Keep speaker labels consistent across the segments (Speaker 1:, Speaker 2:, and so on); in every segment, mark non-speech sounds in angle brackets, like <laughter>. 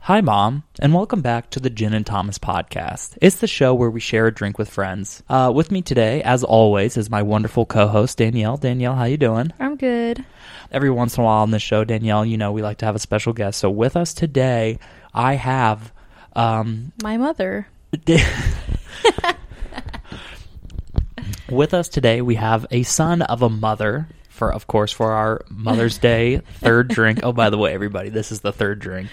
Speaker 1: Hi, Mom, and welcome back to the Gin and Thomas podcast. It's the show where we share a drink with friends. Uh, with me today, as always, is my wonderful co-host Danielle. Danielle, how you doing?
Speaker 2: I'm good.
Speaker 1: Every once in a while on this show, Danielle, you know we like to have a special guest. So with us today, I have um, <laughs>
Speaker 2: My mother.
Speaker 1: with us today we have a son of a mother. For, of course, for our Mother's Day third drink. Oh, by the way, everybody, this is the third drink.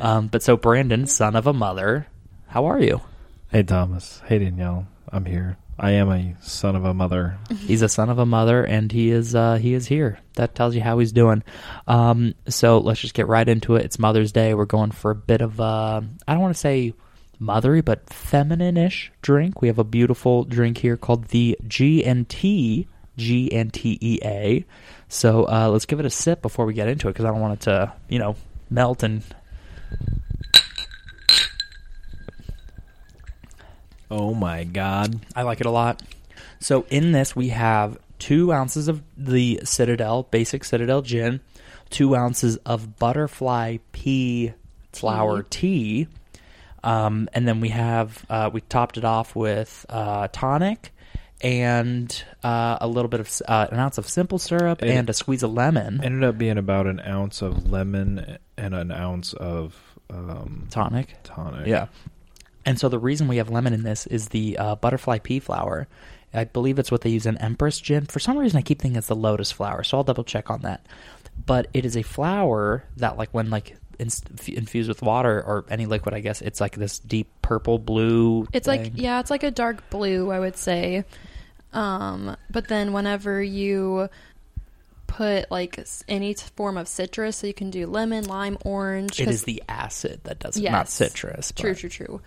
Speaker 1: Um, but so, Brandon, son of a mother, how are you?
Speaker 3: Hey Thomas. Hey Danielle. I'm here. I am a son of
Speaker 1: <laughs>
Speaker 3: a mother.
Speaker 1: He's a son of a mother, and he is uh, he is here. That tells you how he's doing. Um, so let's just get right into it. It's Mother's Day. We're going for a bit of uh, I don't want to say mothery, but feminine-ish drink. We have a beautiful drink here called the G and T G and T E A. So uh, let's give it a sip before we get into it because I don't want it to you know melt and
Speaker 3: Oh my god.
Speaker 1: I like it a lot. So in this we have two ounces of the Citadel basic Citadel gin, two ounces of butterfly pea flower tea, um, and then we have uh, we topped it off with uh, tonic and uh, a little bit of s- uh, an ounce of simple syrup
Speaker 3: And-
Speaker 1: and a squeeze of lemon
Speaker 3: Ended up being about an ounce of lemon and an ounce of um,
Speaker 1: tonic.
Speaker 3: tonic.
Speaker 1: Yeah. And so the reason we have lemon in this is the uh, butterfly pea flower. I believe it's what they use in Empress gin. For some reason, I keep thinking it's the lotus flower, so I'll double check on that. But it is a flower that, like, when like ins- f- infused with water or any liquid, I guess it's like this deep purple blue.
Speaker 2: It's like
Speaker 1: thing.
Speaker 2: yeah, it's like a dark blue, I would say. Um, but then whenever you put like s- any t- form of citrus, so you can do lemon, lime, orange.
Speaker 1: it
Speaker 2: 'cause-
Speaker 1: is the acid that does it, not
Speaker 2: Yes.
Speaker 1: citrus.
Speaker 2: true,
Speaker 1: but-
Speaker 2: true, true.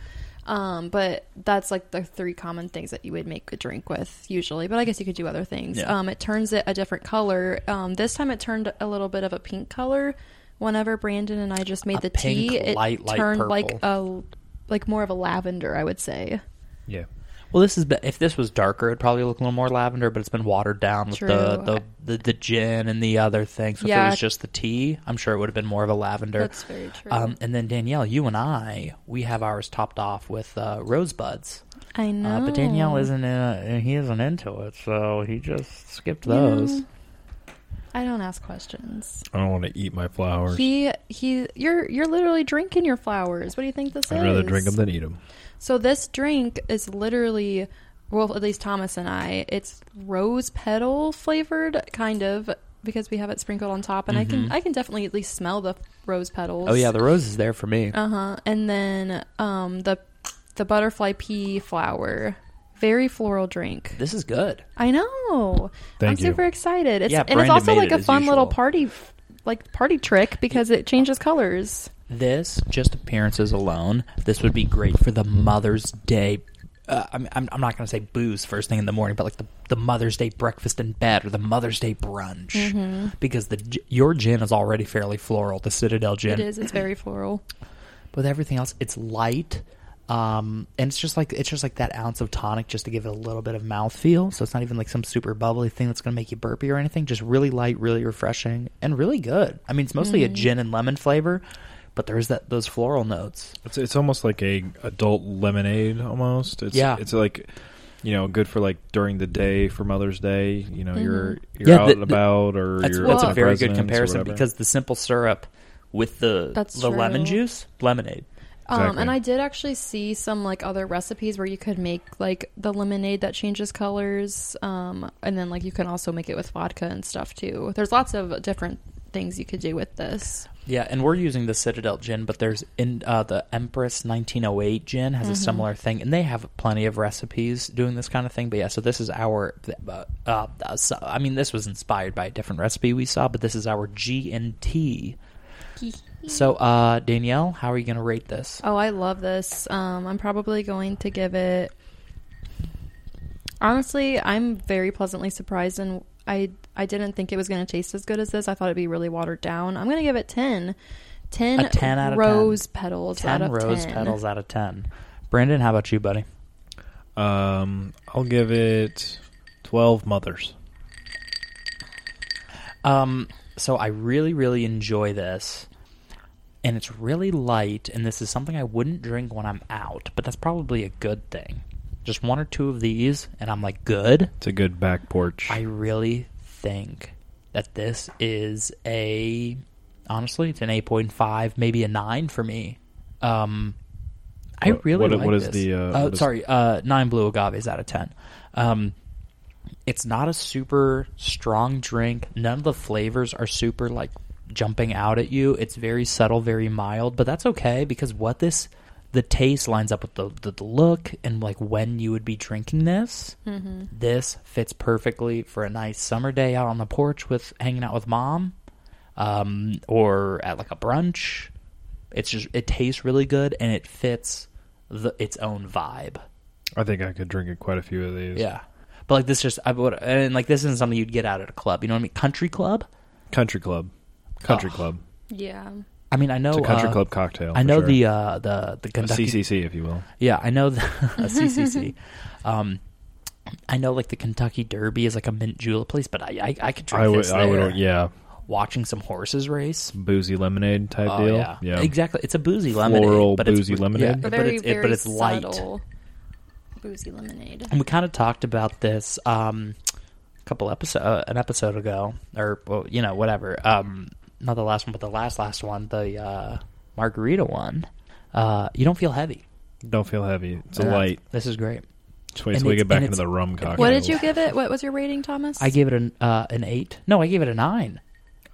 Speaker 2: Um, but that's like the three common things that you would make a drink with usually. But I guess you could do other things.
Speaker 1: Yeah.
Speaker 2: Um, it turns it a different color. Um, this time it turned a little bit of a pink color. Whenever Brandon and I just made
Speaker 1: A
Speaker 2: the
Speaker 1: pink,
Speaker 2: tea, it
Speaker 1: light, light
Speaker 2: turned like
Speaker 1: purple.
Speaker 2: a like more of a lavender, I would say.
Speaker 3: Yeah.
Speaker 1: Well, this is if this was darker, it'd probably look a little more lavender, but it's been watered down with the,
Speaker 2: True.
Speaker 1: the, the the gin and the other things. So if it
Speaker 2: Yeah.
Speaker 1: was just the tea, I'm sure it would have been more of a lavender.
Speaker 2: That's very true.
Speaker 1: Um, and then Danielle, you and I, we have ours topped off with uh, rosebuds.
Speaker 2: I know.
Speaker 1: Uh, but Danielle isn't in, he isn't into it, so he just skipped
Speaker 2: You know,
Speaker 1: those.
Speaker 2: I don't ask questions.
Speaker 3: I don't want to eat my flowers.
Speaker 2: He he you're you're literally drinking your flowers. What do you think this
Speaker 3: I'd
Speaker 2: is?
Speaker 3: rather drink them than eat them.
Speaker 2: So this drink is literally, well, at least Thomas and I, it's rose petal flavored, kind of, because we have it sprinkled on top, and I can I can definitely at least smell the rose petals.
Speaker 1: Mm-hmm. Oh yeah, the rose is there for me.
Speaker 2: uh huh. And then um the the butterfly pea flower, very floral drink.
Speaker 1: this is good.
Speaker 2: I know.
Speaker 3: Thank
Speaker 2: I'm
Speaker 3: you.
Speaker 2: super excited. It's
Speaker 1: Yeah,
Speaker 2: and it's
Speaker 1: Brandon
Speaker 2: also
Speaker 1: made
Speaker 2: like
Speaker 1: it
Speaker 2: a
Speaker 1: as
Speaker 2: fun little
Speaker 1: usual.
Speaker 2: party like party trick because it changes colors.
Speaker 1: This just appearances alone. This would be great for the Mother's Day. Uh, I'm, I'm I'm not gonna say booze first thing in the morning, but like the, the Mother's Day breakfast in bed or the Mother's Day brunch,
Speaker 2: Mm-hmm.
Speaker 1: because the gi- your gin is already fairly floral. The Citadel gin
Speaker 2: It is. It's very floral.
Speaker 1: with everything else it's light um and it's just like it's just like that ounce of tonic just to give it a little bit of mouthfeel so it's not even like some super bubbly thing that's going to make you burpy or anything just really light really refreshing and really good i mean it's mostly
Speaker 2: Mm-hmm.
Speaker 1: a gin and lemon flavor but there's that those floral notes
Speaker 3: It's it's almost like a adult lemonade almost. It's
Speaker 1: Yeah.
Speaker 3: it's like you know, good for like during the day for Mother's Day. You know, you're you're
Speaker 1: Yeah,
Speaker 3: out
Speaker 1: the-
Speaker 3: and about or
Speaker 1: that's,
Speaker 3: you're
Speaker 1: that's
Speaker 3: at
Speaker 1: a
Speaker 3: my
Speaker 1: very good
Speaker 3: residence uh, or
Speaker 1: comparison
Speaker 3: whatever.
Speaker 1: because the simple syrup with the
Speaker 2: That's
Speaker 1: the lemon
Speaker 2: true.
Speaker 1: juice lemonade
Speaker 2: Um,
Speaker 3: Exactly.
Speaker 2: and I did actually see some like other recipes where you could make like the lemonade that changes colors, um, and then like you can also make it with vodka and stuff too. There's lots of different things you could do with this.
Speaker 1: Yeah, and we're using the Citadel gin, but there's in uh, the Empress 1908 gin has
Speaker 2: Mm-hmm.
Speaker 1: a similar thing, and they have plenty of recipes doing this kind of thing. But yeah, so this is our. Uh, uh, uh, so, I mean, this was inspired by a different recipe we saw, but this is our G and T. So uh, Danielle, how are you going to rate this?
Speaker 2: Oh, I love this. Um, I'm probably going to give it. Honestly, I'm very pleasantly surprised, and I I didn't think it was going to taste as good as this. I thought it'd be really watered down. I'm going to give it 10. 10,
Speaker 1: A 10 out of 10.
Speaker 2: rose petals out
Speaker 1: Ten
Speaker 2: of
Speaker 1: rose
Speaker 2: 10.
Speaker 1: petals out of ten. Brandon, how about you, buddy?
Speaker 3: um I'll give it twelve mothers.
Speaker 1: Um, so I really, really enjoy this. and it's really light. And this is something I wouldn't drink when I'm out, but that's probably a good thing. Just one or two of these, and I'm like, good.
Speaker 3: It's a good back porch.
Speaker 1: I really think that this is a honestly, it's an eight point five, maybe a nine for me. Um, I
Speaker 3: What-
Speaker 1: really
Speaker 3: what-
Speaker 1: like
Speaker 3: what is
Speaker 1: this.
Speaker 3: the, uh, what is-
Speaker 1: sorry, uh, nine blue agaves out of ten. Um, it's not a super strong drink. None of the flavors are super like jumping out at you. It's very subtle, very mild, but that's okay because what this the taste lines up with the, the, the look and like when you would be drinking this. This fits perfectly for a nice summer day out on the porch with hanging out with mom, um, or at like a brunch. It's just it tastes really good and it fits the its own vibe.
Speaker 3: I think I could drink quite a few of these.
Speaker 1: Yeah. But like this just I would and like this isn't something you'd get out at a club. You know what I mean? Country club?
Speaker 3: Country club. Country
Speaker 1: Oh.
Speaker 3: club.
Speaker 2: Yeah.
Speaker 1: I mean I know
Speaker 3: It's a country
Speaker 1: uh,
Speaker 3: club cocktail.
Speaker 1: I
Speaker 3: for
Speaker 1: know
Speaker 3: sure.
Speaker 1: the uh the the
Speaker 3: A
Speaker 1: Kentucky
Speaker 3: CCC, if you will.
Speaker 1: Yeah, I know the
Speaker 3: <laughs>
Speaker 1: <laughs> a CCC. um I know like the Kentucky Derby is like a mint julep place, but I I, I could drink
Speaker 3: I would.
Speaker 1: this
Speaker 3: I
Speaker 1: there.
Speaker 3: would. Yeah,
Speaker 1: Watching some horses race.
Speaker 3: boozy lemonade type
Speaker 1: Oh,
Speaker 3: deal.
Speaker 1: yeah. exactly. It's a boozy lemonade,
Speaker 3: Floral
Speaker 1: but it's-
Speaker 3: boozy
Speaker 1: yeah,
Speaker 3: lemonade?
Speaker 1: but
Speaker 2: very,
Speaker 1: it's it-
Speaker 2: very
Speaker 1: but it's light.
Speaker 2: subtle boozy lemonade.
Speaker 1: And we kind of talked about this um, a couple episode, uh, an episode ago, or well, you know, whatever. Um, not the last one, but the last last one, the uh, margarita one. Uh, you don't feel heavy.
Speaker 3: Don't feel heavy. It's
Speaker 1: And
Speaker 3: a
Speaker 1: that's-
Speaker 3: light.
Speaker 1: This is great.
Speaker 3: Just wait
Speaker 1: and
Speaker 3: till we
Speaker 1: it's-
Speaker 3: get back
Speaker 1: and
Speaker 3: into
Speaker 1: it's-
Speaker 3: the rum
Speaker 1: What
Speaker 3: cocktail.
Speaker 2: What did you give it? What was your rating, Thomas?
Speaker 1: I gave it an uh, an eight. No, I gave it a nine.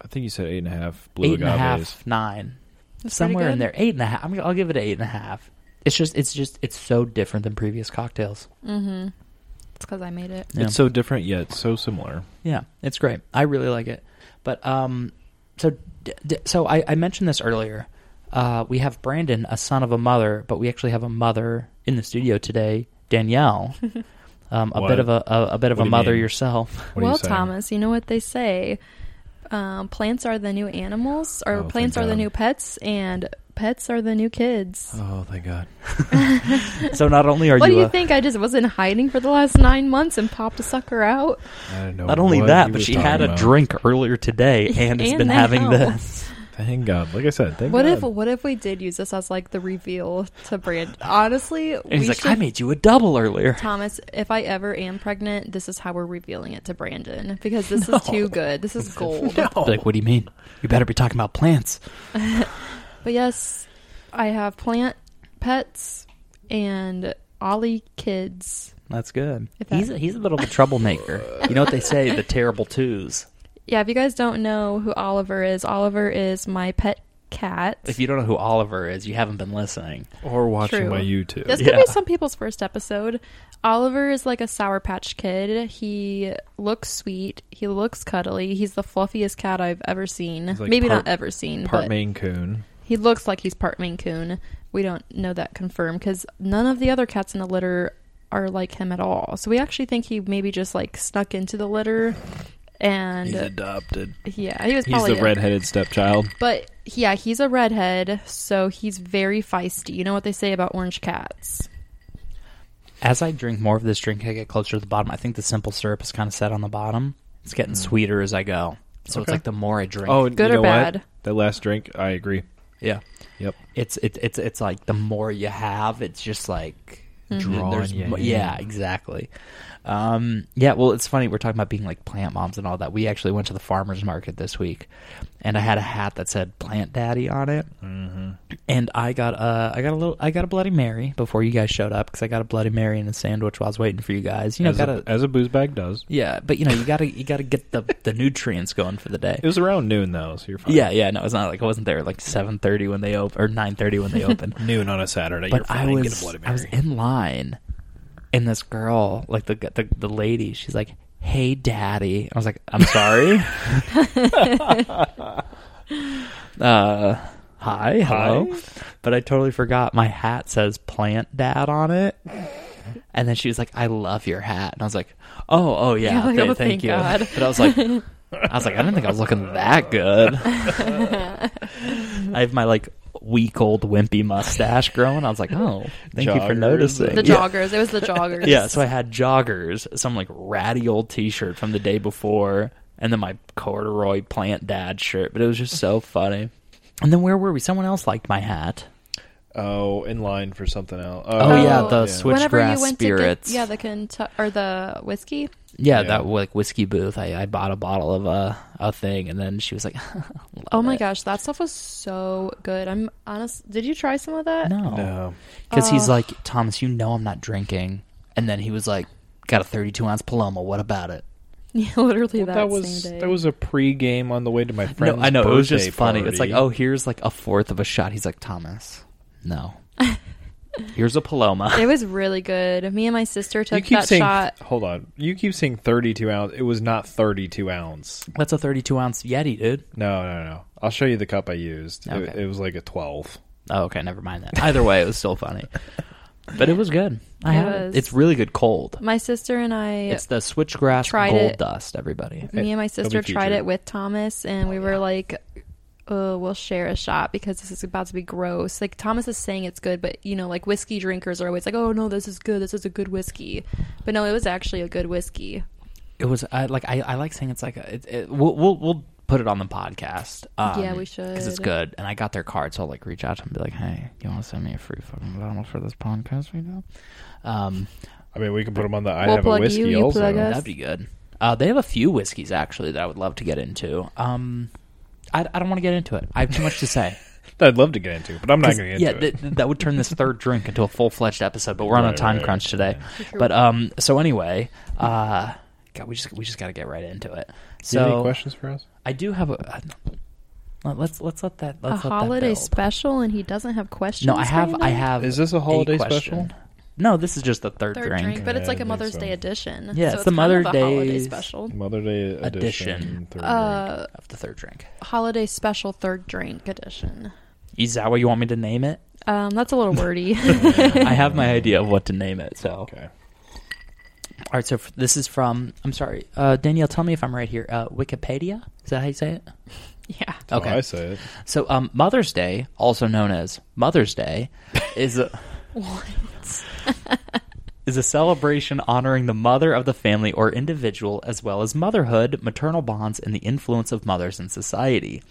Speaker 3: I think you said eight and a half blue
Speaker 1: eight and a
Speaker 3: agaves.
Speaker 1: half, nine,
Speaker 2: That's pretty
Speaker 1: somewhere in
Speaker 2: good.
Speaker 1: there. Eight and a half. I'm, I'll give it an eight and a half. It's just, it's just, it's so different than previous cocktails.
Speaker 2: Mm-hmm. It's because I made it.
Speaker 1: Yeah.
Speaker 3: It's so different yet so similar.
Speaker 1: Yeah, it's great. I really like it. But um, so d- d- so I, I mentioned this earlier. Uh, we have Brandon, a son of a mother, but we actually have a mother in the studio today, Danielle. Um, a
Speaker 3: What?
Speaker 1: bit of a, a, a bit of
Speaker 3: What do
Speaker 1: a
Speaker 3: you
Speaker 1: mother
Speaker 3: mean?
Speaker 1: yourself. <laughs>
Speaker 3: What are you
Speaker 2: well,
Speaker 3: saying?
Speaker 2: Thomas, you know what they say. Um, plants are the new animals, or
Speaker 3: Oh, thank
Speaker 2: plants are the
Speaker 3: God.
Speaker 2: new pets, and pets are the new kids.
Speaker 3: Oh, thank God.
Speaker 1: so not only are
Speaker 2: what
Speaker 1: you, uh,
Speaker 2: do you
Speaker 1: a,
Speaker 2: think? I just was in hiding for the last nine months and popped a sucker out.
Speaker 3: I don't know.
Speaker 1: not only
Speaker 3: what
Speaker 1: that,
Speaker 3: he
Speaker 1: but
Speaker 3: was
Speaker 1: she had
Speaker 3: talking
Speaker 1: a
Speaker 3: about.
Speaker 1: drink earlier
Speaker 2: <laughs>
Speaker 1: today and has
Speaker 2: And
Speaker 1: been
Speaker 2: now.
Speaker 1: having <laughs> this.
Speaker 3: Thank God. Like I said, thank
Speaker 2: What
Speaker 3: God.
Speaker 2: if what if we did use this as like the reveal to Brand? Honestly,
Speaker 1: And
Speaker 2: we
Speaker 1: he's like,
Speaker 2: should,
Speaker 1: "I made you a double earlier."
Speaker 2: Thomas. If I ever am pregnant, this is how we're revealing it to Brandon because
Speaker 1: <laughs>
Speaker 2: this
Speaker 1: No.
Speaker 2: is too good. This is gold.
Speaker 1: Be Like, what do you mean? You better be talking about plants.
Speaker 2: But yes, I have plant pets and Ollie kids.
Speaker 1: That's good.
Speaker 2: If that-
Speaker 1: He's a, he's a bit of a troublemaker. you know what they say? The terrible twos.
Speaker 2: Yeah, if you guys don't know who Oliver is, Oliver is my pet cat.
Speaker 1: If you don't know who Oliver is, you haven't been listening.
Speaker 3: Or watching
Speaker 2: True.
Speaker 3: my YouTube.
Speaker 2: This
Speaker 1: Yeah.
Speaker 2: could be some people's first episode. Oliver is like a Sour Patch kid. He looks sweet. He looks cuddly. He's the fluffiest cat I've ever seen.
Speaker 3: He's like
Speaker 2: Maybe
Speaker 3: part-
Speaker 2: not ever seen,
Speaker 3: Part
Speaker 2: but
Speaker 3: Maine Coon.
Speaker 2: he looks like he's part Maine Coon. We don't know that confirmed because none of the other cats in the litter are like him at all. So we actually think he maybe just like snuck into the litter, and
Speaker 3: adopted.
Speaker 2: yeah, he was
Speaker 3: He's
Speaker 2: probably
Speaker 3: the redheaded stepchild.
Speaker 2: But yeah, he's a redhead, so he's very feisty. You know what they say about orange cats?
Speaker 1: As I drink more of this drink, I get closer to the bottom. I think the simple syrup is kind of set on the bottom. It's getting sweeter as I go. So it's
Speaker 3: Okay.
Speaker 1: like the more I drink.
Speaker 3: Oh, and
Speaker 2: Good or
Speaker 3: you know
Speaker 2: bad?
Speaker 3: What? That last drink, I agree.
Speaker 1: yeah.
Speaker 3: Yep.
Speaker 1: It's it, it's it's like the more you have, it's just like
Speaker 3: Drawing
Speaker 1: there's
Speaker 3: you
Speaker 1: mo-
Speaker 3: in.
Speaker 1: yeah, exactly. Um, yeah, well, it's funny we're talking about being like plant moms and all that. We actually went to the farmers market this week, and I had a hat that said "Plant Daddy" on it.
Speaker 3: Mm-hmm.
Speaker 1: and I got a, I got a little, I got a Bloody Mary before you guys showed up because I got a Bloody Mary and a sandwich while I was waiting for you guys. You know,
Speaker 3: as,
Speaker 1: got
Speaker 3: a,
Speaker 1: to
Speaker 3: as a booze bag does.
Speaker 1: yeah, but you know, you gotta, you gotta get the the nutrients going for the day.
Speaker 3: It was around noon though, so you're fine.
Speaker 1: yeah, yeah, no, it's not like I wasn't there at, like seven thirty when they open or nine thirty when
Speaker 3: <laughs>
Speaker 1: they open.
Speaker 3: noon on a Saturday. you're
Speaker 1: but I
Speaker 3: fine. Get a
Speaker 1: was,
Speaker 3: Bloody
Speaker 1: I was
Speaker 3: Mary.
Speaker 1: in line, and this girl, like the the the lady, she's like, "Hey, daddy," I was like, "I'm
Speaker 2: <laughs>
Speaker 1: sorry." uh, hi, hello.
Speaker 3: Hi.
Speaker 1: But I totally forgot my hat says "Plant Dad" on it. And then she was like, "I love your hat," and I was like, "Oh, oh yeah,
Speaker 2: You're like,
Speaker 1: th-
Speaker 2: "Oh,
Speaker 1: thank,
Speaker 2: thank
Speaker 1: you."
Speaker 2: God.
Speaker 1: But I was
Speaker 2: <laughs>
Speaker 1: like, I was like, I didn't think I was looking that good. I have my like week old wimpy mustache growing. I was like, oh, thank you for
Speaker 3: Joggers.
Speaker 1: noticing.
Speaker 2: The
Speaker 1: Yeah.
Speaker 2: joggers. It was the joggers.
Speaker 1: Yeah, so I had joggers, some like ratty old T-shirt from the day before, and then my corduroy plant dad shirt. But it was just so funny. And then where were we? Someone else liked my hat.
Speaker 3: Oh, in line for something else.
Speaker 1: Oh, yeah,
Speaker 2: Oh,
Speaker 1: the
Speaker 3: yeah.
Speaker 1: switchgrass spirits.
Speaker 2: To get, yeah, the Kentucky or the whiskey.
Speaker 1: Yeah,
Speaker 3: Yeah.
Speaker 1: that like whiskey booth. I, I bought a bottle of a a thing, and then she was like, <laughs> "Love
Speaker 2: Oh my
Speaker 1: it."
Speaker 2: gosh, that stuff was so good. I'm honest. Did you try some of that?
Speaker 1: no,"
Speaker 3: No.
Speaker 1: because he's
Speaker 2: Oh.
Speaker 1: like, "Thomas, you know I'm not drinking," and then he was like, "Got a 32 ounce Paloma. What about it?"
Speaker 2: <laughs> Yeah, literally that,
Speaker 3: Well, that, was
Speaker 2: same day.
Speaker 3: that was a pre-game on the way to my
Speaker 1: No,
Speaker 3: friend's.
Speaker 1: I know it was just
Speaker 3: birthday
Speaker 1: funny. It's like,
Speaker 3: party.
Speaker 1: "Oh, here's like a fourth of a shot." He's like, "Thomas,
Speaker 2: <laughs>
Speaker 1: no." here's a Paloma.
Speaker 2: It was really good. Me and my sister
Speaker 3: you
Speaker 2: took
Speaker 3: keep
Speaker 2: that
Speaker 3: saying.
Speaker 2: shot.
Speaker 3: Hold on, you keep saying thirty-two ounce. It was not thirty-two ounce.
Speaker 1: That's a 32 ounce Yeti, dude.
Speaker 3: No, no, no. I'll show you the cup I used. It- It,
Speaker 1: Okay.
Speaker 3: was like a twelve.
Speaker 1: Oh, okay, never mind that. Either way, it was still <laughs> funny, but it was good. I
Speaker 2: It
Speaker 1: had it.
Speaker 2: was.
Speaker 1: It's really good cold.
Speaker 2: My sister and I,
Speaker 1: It's the switchgrass
Speaker 2: Tried
Speaker 1: gold
Speaker 2: it.
Speaker 1: dust, everybody.
Speaker 2: me and my
Speaker 3: It'll be
Speaker 2: sister tried
Speaker 3: featured.
Speaker 2: it with Thomas, and we were like, "Oh, we'll share a shot because this is about to be gross." Like Thomas is saying it's good, but you know, like whiskey drinkers are always like, "Oh no, this is good. This is a good whiskey." But no, it was actually a good whiskey.
Speaker 1: It was I, like I, I like saying it's like a, it, it, we'll, we'll we'll put it on the podcast. Um,
Speaker 2: Yeah, we
Speaker 1: because it's
Speaker 2: should.
Speaker 1: good. And I got their card, so I'll like reach out to them and be like, "Hey, you want to send me a free fucking bottle for this podcast right now?" Um,
Speaker 3: I mean, we can put them on the. I
Speaker 2: We'll
Speaker 3: have a
Speaker 2: plug you,
Speaker 3: whiskey
Speaker 2: you
Speaker 3: also.
Speaker 2: plug us.
Speaker 1: that'd be good. Uh, they have a few whiskeys actually that I would love to get into. Um, I, I don't want to get into it. I have too much to say.
Speaker 3: That <laughs> I'd love to get into, but I'm not
Speaker 1: 'Cause,
Speaker 3: going to get
Speaker 1: yeah,
Speaker 3: into it.
Speaker 1: th- th- that would turn this third drink into a full fledged episode, but we're on
Speaker 3: Right,
Speaker 1: a time
Speaker 3: right,
Speaker 1: crunch today.
Speaker 2: True.
Speaker 1: But um, so anyway, uh, God, we just we just got to get right into it.
Speaker 3: Do <laughs> you have any
Speaker 1: So
Speaker 3: questions for us?
Speaker 1: I do have a. Uh, let's let's let that
Speaker 2: a
Speaker 1: let's let that
Speaker 2: holiday
Speaker 1: build.
Speaker 2: special, and he doesn't have questions.
Speaker 1: No, I have
Speaker 2: right
Speaker 1: I
Speaker 2: now?
Speaker 1: have.
Speaker 3: Is this a holiday
Speaker 1: question.
Speaker 3: special?
Speaker 1: No, this is just the third,
Speaker 2: third drink, but
Speaker 3: Yeah,
Speaker 2: it's like
Speaker 3: I
Speaker 2: a
Speaker 3: think
Speaker 2: Mother's
Speaker 3: so.
Speaker 2: Day edition.
Speaker 1: Yeah,
Speaker 2: so
Speaker 1: it's the
Speaker 2: kind of
Speaker 1: Mother
Speaker 2: a holiday
Speaker 1: Days-
Speaker 2: special.
Speaker 3: Mother Day edition.
Speaker 1: Edition.
Speaker 3: third drink.
Speaker 2: Uh,
Speaker 1: of the third drink.
Speaker 2: holiday special third drink edition.
Speaker 1: Is that what you want me to name
Speaker 3: <laughs>
Speaker 1: it?
Speaker 2: Um, that's a little
Speaker 1: <laughs>
Speaker 2: wordy.
Speaker 1: I have my idea of what to name it. So,
Speaker 3: okay.
Speaker 1: all right. So f- this is from. I'm sorry, uh, Danielle. Tell me if I'm right here. Uh, Wikipedia. Is that how you say it?
Speaker 2: <laughs> yeah.
Speaker 3: Okay. I say it.
Speaker 1: So, um, Mother's Day, also known as Mother's Day, is <laughs>
Speaker 2: <laughs>
Speaker 1: a, <laughs> is a celebration honoring the mother of the family or individual, as well as motherhood, maternal bonds, and the influence of mothers in society.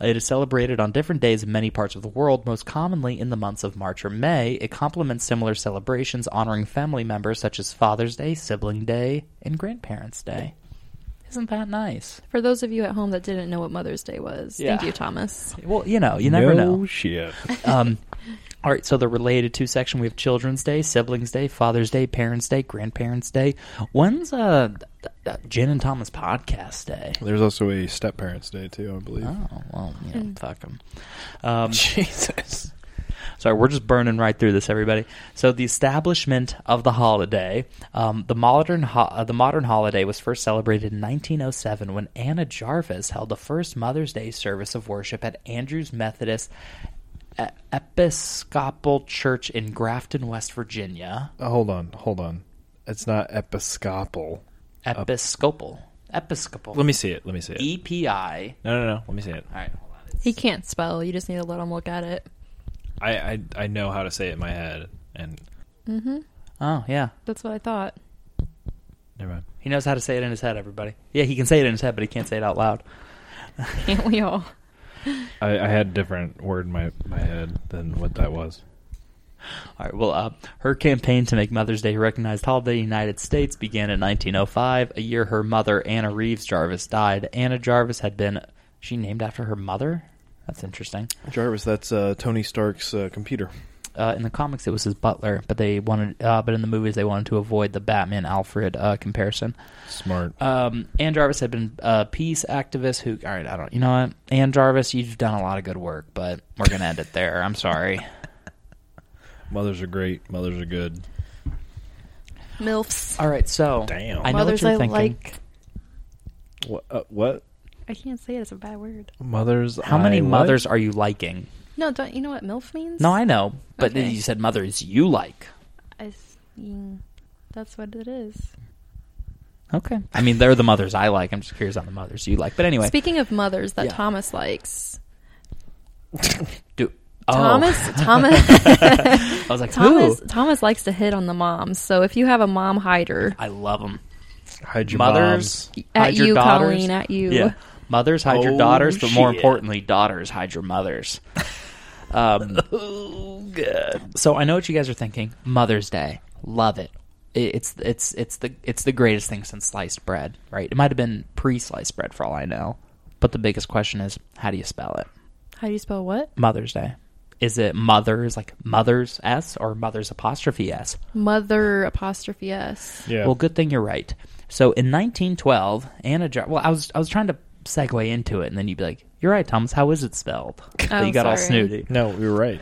Speaker 1: It is celebrated on different days in many parts of the world, most commonly in the months of March or May. It complements similar celebrations honoring family members such as Father's Day, Sibling Day, and Grandparents' Day. Isn't that nice?
Speaker 2: For those of you at home that didn't know what Mother's Day was,
Speaker 1: Yeah.
Speaker 2: thank you, Thomas.
Speaker 1: Well, you know, Oh, you never
Speaker 3: no
Speaker 1: know.
Speaker 3: shit.
Speaker 1: <laughs> Um, all right, so the related to section we have Children's Day, Siblings Day, Father's Day, Parents Day, Grandparents Day. When's uh, th- th- Jen and Thomas podcast day?
Speaker 3: There's also a step parents day too, I believe.
Speaker 1: Oh well, you know, fuck
Speaker 3: <laughs>
Speaker 1: them. Um,
Speaker 3: Jesus.
Speaker 1: Sorry, we're just burning right through this, everybody. So the establishment of the holiday, um, the modern ho- uh, the modern holiday was first celebrated in 1907 when Anna Jarvis held the first Mother's Day service of worship at Andrews Methodist E- Episcopal Church in Grafton, West Virginia.
Speaker 3: Uh, hold on, hold on. It's not episcopal.
Speaker 1: Episcopal, Episcopal.
Speaker 3: Let me see it. Let me see it.
Speaker 1: E? EPI.
Speaker 3: No, no, no. Let me see it.
Speaker 1: All right, hold on.
Speaker 2: <laughs> He can't spell. You just need to let him look at it.
Speaker 3: I, I I know how to say it in my head, and
Speaker 1: Oh yeah,
Speaker 2: That's what I thought. <laughs>
Speaker 3: never mind.
Speaker 1: he knows how to say it in his head. Everybody. Yeah, he can say it in his head, but he can't say it out loud.
Speaker 2: Can't we all?
Speaker 3: I, I had a different word in my my head than what that was.
Speaker 1: All right. Well, uh, her campaign to make Mother's Day a recognized holiday in the United States began in 1905, a year her mother Anna Reeves Jarvis died. Anna Jarvis had been she named after her mother. That's interesting.
Speaker 3: Jarvis, that's uh, Tony Stark's uh, computer.
Speaker 1: Uh, in the comics, it was his butler, but they wanted, uh, but in the movies, they wanted to avoid the Batman Alfred uh, comparison.
Speaker 3: Smart.
Speaker 1: Um, Ann Jarvis had been a peace activist who. All right, I don't. You know what, Ann Jarvis, you've done a lot of good work, but we're gonna end it there. I'm sorry.
Speaker 3: Mothers are great. Mothers are good.
Speaker 2: MILFs.
Speaker 1: All right, so
Speaker 3: Damn.
Speaker 1: I know
Speaker 2: Mothers
Speaker 1: what
Speaker 2: I
Speaker 1: you're thinking.
Speaker 2: like.
Speaker 3: What? Uh, what?
Speaker 2: I can't say it. It's a bad word.
Speaker 3: Mothers.
Speaker 1: How many
Speaker 3: I what?
Speaker 1: mothers are you liking?
Speaker 2: No, don't you know what MILF means?
Speaker 1: No, I know, but
Speaker 2: Okay.
Speaker 1: you said mothers you like.
Speaker 2: I s- mm, that's what it is.
Speaker 1: Okay. I mean, they're the mothers I like. I'm just curious on the mothers you like. But anyway,
Speaker 2: Speaking of mothers that
Speaker 1: Yeah.
Speaker 2: Thomas likes,
Speaker 1: do oh. <laughs>
Speaker 2: Thomas, Thomas,
Speaker 1: I was like,
Speaker 2: Thomas,
Speaker 1: who?
Speaker 2: Thomas likes to hit on the moms. So if you have a mom hider,
Speaker 1: I love them.
Speaker 3: Hide your
Speaker 1: mothers
Speaker 3: moms.
Speaker 1: hide
Speaker 2: at
Speaker 1: your
Speaker 2: you,
Speaker 1: daughters.
Speaker 2: Colleen, at you.
Speaker 1: Yeah. Mothers hide your
Speaker 4: Oh,
Speaker 1: daughters, but more
Speaker 4: shit.
Speaker 1: importantly, daughters hide your mothers. Um,
Speaker 4: <laughs> Oh, God.
Speaker 1: so I know what you guys are thinking. Mother's Day, love it. It- It's it's it's the it's the greatest thing since sliced bread, right? It might have been pre-sliced bread for all I know, but the biggest question is how do you spell it?
Speaker 2: How do you spell what?
Speaker 1: Mother's Day. Is it mothers like mothers s or mothers apostrophe s?
Speaker 2: Mother apostrophe s.
Speaker 3: Yeah.
Speaker 1: Well, good thing you're right. So in 1912, Anna. Jo- well, I was I was trying to segue into it, and then you'd be like, "You're right, Thomas. How is it spelled?" But you got all
Speaker 2: sorry.
Speaker 1: snooty.
Speaker 3: No, you're right.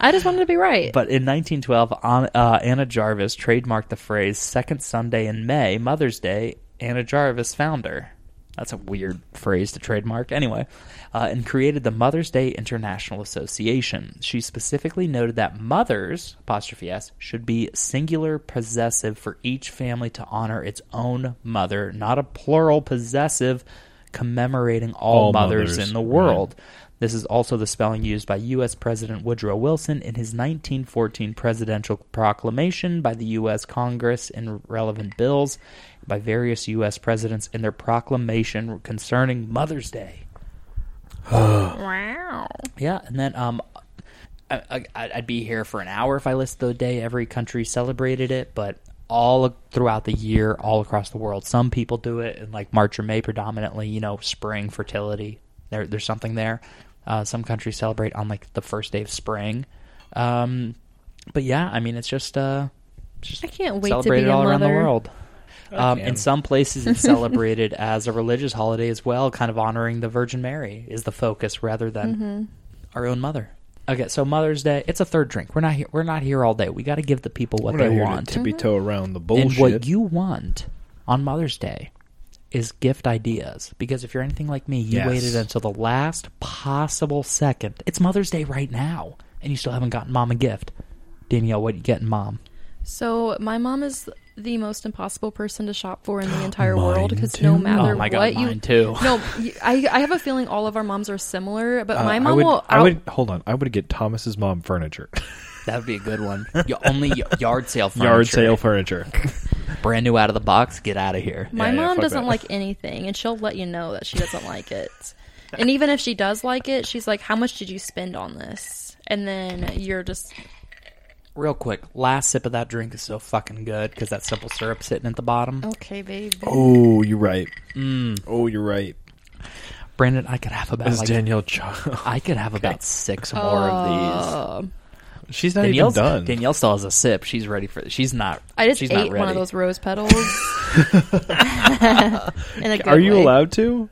Speaker 2: I just wanted to be right.
Speaker 1: But in 1912, An- uh, Anna Jarvis trademarked the phrase "Second Sunday in May, Mother's Day." Anna Jarvis founder. That's a weird phrase to trademark, anyway, uh, and created the Mother's Day International Association. She specifically noted that mothers apostrophe s should be singular possessive for each family to honor its own mother, not a plural possessive commemorating all,
Speaker 3: All
Speaker 1: mothers,
Speaker 3: mothers,
Speaker 1: in the
Speaker 3: right.
Speaker 1: world. This is also the spelling used by U.S. President Woodrow Wilson in his 1914 presidential proclamation, by the U.S. Congress in relevant bills, by various U.S. presidents in their proclamation concerning Mother's Day.
Speaker 2: wow.
Speaker 1: Yeah, and then um, I, I, I'd be here for an hour if I list the day every country celebrated it, but all throughout the year, all across the world, some people do it in like March or May, predominantly. You know, spring fertility. There, there's something there. Uh, some countries celebrate on like the first day of spring. Um, but yeah, I mean, it's just uh, it's just
Speaker 2: I can't wait to
Speaker 1: celebrated
Speaker 2: be a
Speaker 1: all around the
Speaker 2: mother.
Speaker 1: world. Um, in
Speaker 3: can.
Speaker 1: some places,
Speaker 2: <laughs>
Speaker 1: it's celebrated as a religious holiday as well, kind of honoring the Virgin Mary is the focus rather than
Speaker 2: Mm-hmm.
Speaker 1: our own mother. Okay, so Mother's Day, it's a third drink. We're not here. We're not here all day. We got to give the people <laughs> what
Speaker 3: We're
Speaker 1: they
Speaker 3: not here
Speaker 1: want.
Speaker 3: to tippy toe around the
Speaker 1: and
Speaker 3: bullshit.
Speaker 1: what you want on Mother's Day is gift ideas. Because if you're anything like me, you
Speaker 3: Yes.
Speaker 1: waited until the last possible second. It's Mother's Day right now, and you still haven't gotten mom a gift. Danielle, what you getting mom?
Speaker 2: So my mom is the most impossible person to shop for
Speaker 1: <gasps>
Speaker 2: in the entire
Speaker 3: Mine
Speaker 2: world because no
Speaker 3: too.
Speaker 2: matter
Speaker 1: Oh my God,
Speaker 2: what you
Speaker 1: mine too.
Speaker 2: no, you- I I have a feeling all of our moms are similar, but
Speaker 3: Uh,
Speaker 2: my
Speaker 3: I
Speaker 2: mom
Speaker 3: would,
Speaker 2: will.
Speaker 3: I
Speaker 2: out-
Speaker 3: would hold on. I would get Thomas's mom furniture,
Speaker 1: <laughs> That would be a good one. Your only y- yard sale furniture.
Speaker 3: <laughs> yard sale furniture.
Speaker 1: Brand new out of the box. Get out of here.
Speaker 2: My
Speaker 3: Yeah, yeah,
Speaker 2: mom
Speaker 3: fuck
Speaker 2: doesn't
Speaker 3: that.
Speaker 2: like anything, and she'll let you know that she doesn't like
Speaker 3: <laughs>
Speaker 2: it. And even if she does like it, she's like, "How much did you spend on this?" And then you're just
Speaker 1: Real quick, last sip of that drink is so fucking good because that simple syrup sitting at the bottom.
Speaker 2: okay, babe.
Speaker 3: <laughs> oh, you're right. Oh, you're right.
Speaker 1: Brandon, Mm. I could have about
Speaker 3: Is
Speaker 1: like,
Speaker 3: Danielle? Ch-
Speaker 1: I could have about six
Speaker 2: Oh,
Speaker 1: more of these.
Speaker 3: <laughs>
Speaker 2: Uh,
Speaker 3: She's not
Speaker 1: Danielle's
Speaker 3: even done.
Speaker 1: Danielle still has a sip. She's ready for. She's not.
Speaker 2: I just
Speaker 1: she's not
Speaker 2: ate one
Speaker 1: ready.
Speaker 2: of those rose
Speaker 3: <laughs>
Speaker 2: petals. In a good
Speaker 3: Are you
Speaker 2: way.
Speaker 3: allowed to?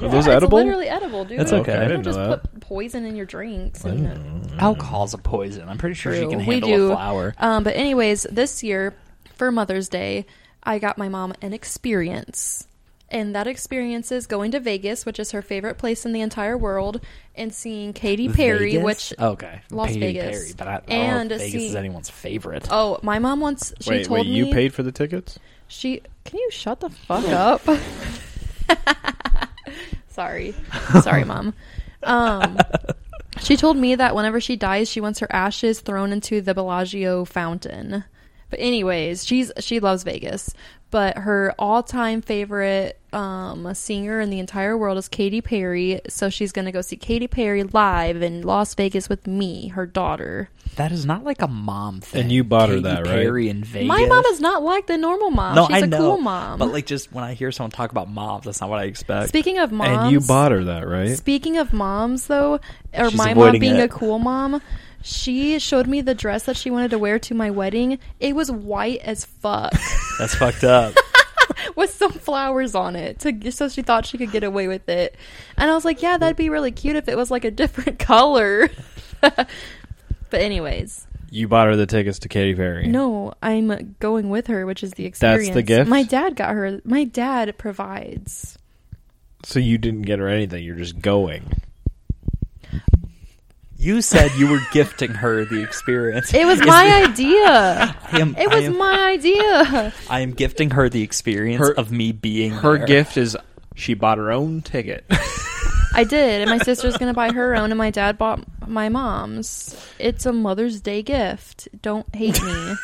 Speaker 3: Are those
Speaker 2: Yeah,
Speaker 3: edible?
Speaker 2: It's literally edible, dude.
Speaker 1: It's okay. I
Speaker 3: didn't
Speaker 2: Don't
Speaker 3: know
Speaker 2: just
Speaker 3: that.
Speaker 2: put poison in your drinks. And
Speaker 1: Mm. Alcohol's a poison. I'm pretty sure she can
Speaker 2: we
Speaker 1: handle
Speaker 2: do.
Speaker 1: a flower.
Speaker 2: Um, but anyways, this year for Mother's Day, I got my mom an experience. And that experience is going to Vegas, which is her favorite place in the entire world, and seeing Katy Perry,
Speaker 1: Vegas?
Speaker 2: which
Speaker 1: okay,
Speaker 2: Las
Speaker 1: Katy
Speaker 2: Vegas.
Speaker 1: Perry, but I, I don't
Speaker 2: And
Speaker 1: know if Vegas
Speaker 2: see-
Speaker 1: is anyone's favorite.
Speaker 2: oh, my mom once she
Speaker 3: wait,
Speaker 2: told
Speaker 3: wait. You
Speaker 2: me
Speaker 3: paid for the tickets?
Speaker 2: she can you shut the fuck up? <laughs> Sorry. Sorry, mom. Um she told me that whenever she dies, she wants her ashes thrown into the Bellagio fountain. But anyways, she's she loves Vegas, but her all-time favorite um, singer in the entire world is Katy Perry. So she's gonna go see Katy Perry live in Las Vegas with me, her daughter.
Speaker 1: That is not like a mom thing.
Speaker 3: And you bought her
Speaker 1: Katy
Speaker 3: that, right?
Speaker 1: Perry in Vegas.
Speaker 2: My mom is not like the normal mom.
Speaker 1: No,
Speaker 2: she's
Speaker 1: I
Speaker 2: a
Speaker 1: know.
Speaker 2: cool mom.
Speaker 1: But like, just when I hear someone talk about moms, that's not what I expect.
Speaker 2: speaking of moms,
Speaker 3: And you bought her that, right?
Speaker 2: Speaking of moms, though, or
Speaker 3: She's
Speaker 2: my mom
Speaker 3: avoiding
Speaker 2: being
Speaker 3: it.
Speaker 2: a cool mom, she showed me the dress that she wanted to wear to my wedding. It was white as fuck
Speaker 1: that's fucked up.
Speaker 2: <laughs> with some flowers on it, to, so she thought she could get away with it. And I was like, yeah, that'd be really cute if it was like a different <laughs> color. but anyways,
Speaker 3: You bought her the tickets to Katy Perry.
Speaker 2: no, I'm going with her, which is the
Speaker 3: the
Speaker 2: experience.
Speaker 3: gift?
Speaker 2: My dad got her. My dad provides.
Speaker 3: So you didn't get her anything. You're just going.
Speaker 1: you said you were gifting her the experience.
Speaker 2: It was
Speaker 1: Is
Speaker 2: my
Speaker 1: the- <laughs>
Speaker 2: idea.
Speaker 1: I am,
Speaker 2: It
Speaker 1: I
Speaker 2: was
Speaker 1: am-
Speaker 2: my idea.
Speaker 1: I am gifting her the experience
Speaker 3: Her-
Speaker 1: of me being
Speaker 3: Her
Speaker 1: there.
Speaker 3: gift is she bought her own <laughs> ticket.
Speaker 2: I did,
Speaker 3: <laughs>
Speaker 2: and my sister's gonna buy her own, and my dad bought my mom's. It's a Mother's Day gift. Don't hate
Speaker 1: <laughs>
Speaker 2: me.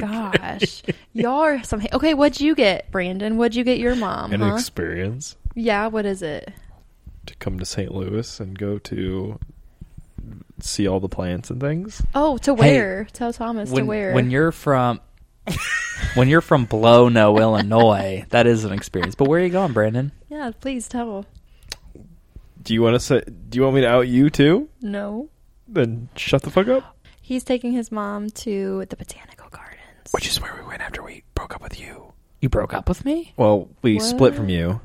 Speaker 2: Gosh, y'all are some. Okay, what'd you get, Brandon? What'd you get your mom?
Speaker 3: An
Speaker 2: huh?
Speaker 3: experience.
Speaker 2: Yeah, what is it?
Speaker 3: to come to St. Louis and go to see all the plants and things.
Speaker 2: Oh, to
Speaker 1: Hey,
Speaker 2: where? Tell Thomas
Speaker 1: when,
Speaker 2: to where.
Speaker 1: when you're from when you're from Blono, Illinois, that is an experience. But where are you going, Brandon?
Speaker 2: yeah, please tell.
Speaker 3: Do you want to say? Do you want me to out you too?
Speaker 2: No.
Speaker 3: Then shut the fuck up.
Speaker 2: He's taking his mom to the botanical gardens.
Speaker 3: Which is where we went after we broke up with you.
Speaker 1: You broke up with me?
Speaker 3: Well, we
Speaker 2: What?
Speaker 3: split from you.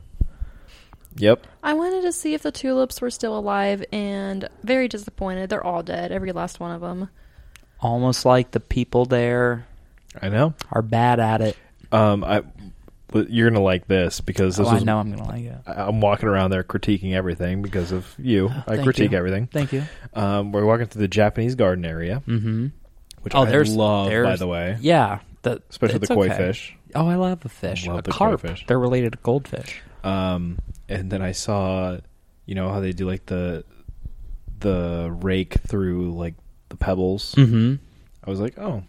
Speaker 3: Yep.
Speaker 2: I wanted to see if the tulips were still alive and very disappointed. They're all dead, every last one of them.
Speaker 1: Almost like the people there
Speaker 3: I know.
Speaker 1: are bad at it.
Speaker 3: Um, I but you're gonna like this because this
Speaker 1: oh,
Speaker 3: was.
Speaker 1: I know I'm gonna like it.
Speaker 3: I- I'm walking around there critiquing everything because of you. I
Speaker 1: Ah, Oh, Thank
Speaker 3: critique
Speaker 1: you.
Speaker 3: everything.
Speaker 1: Thank you.
Speaker 3: Um, we're walking through the Japanese garden area,
Speaker 1: Mm-hmm.
Speaker 3: which
Speaker 1: Oh,
Speaker 3: I
Speaker 1: there's
Speaker 3: love,
Speaker 1: there's,
Speaker 3: by the way,
Speaker 1: Yeah, the,
Speaker 3: especially the
Speaker 1: it's
Speaker 3: koi
Speaker 1: okay.
Speaker 3: fish.
Speaker 1: Oh, I love the fish.
Speaker 3: Love
Speaker 1: a
Speaker 3: the koi
Speaker 1: carp.
Speaker 3: fish.
Speaker 1: They're related to goldfish.
Speaker 3: Um, and then I saw, you know, how they do like the the rake through like the pebbles.
Speaker 1: Mm-hmm.
Speaker 3: I was like, oh,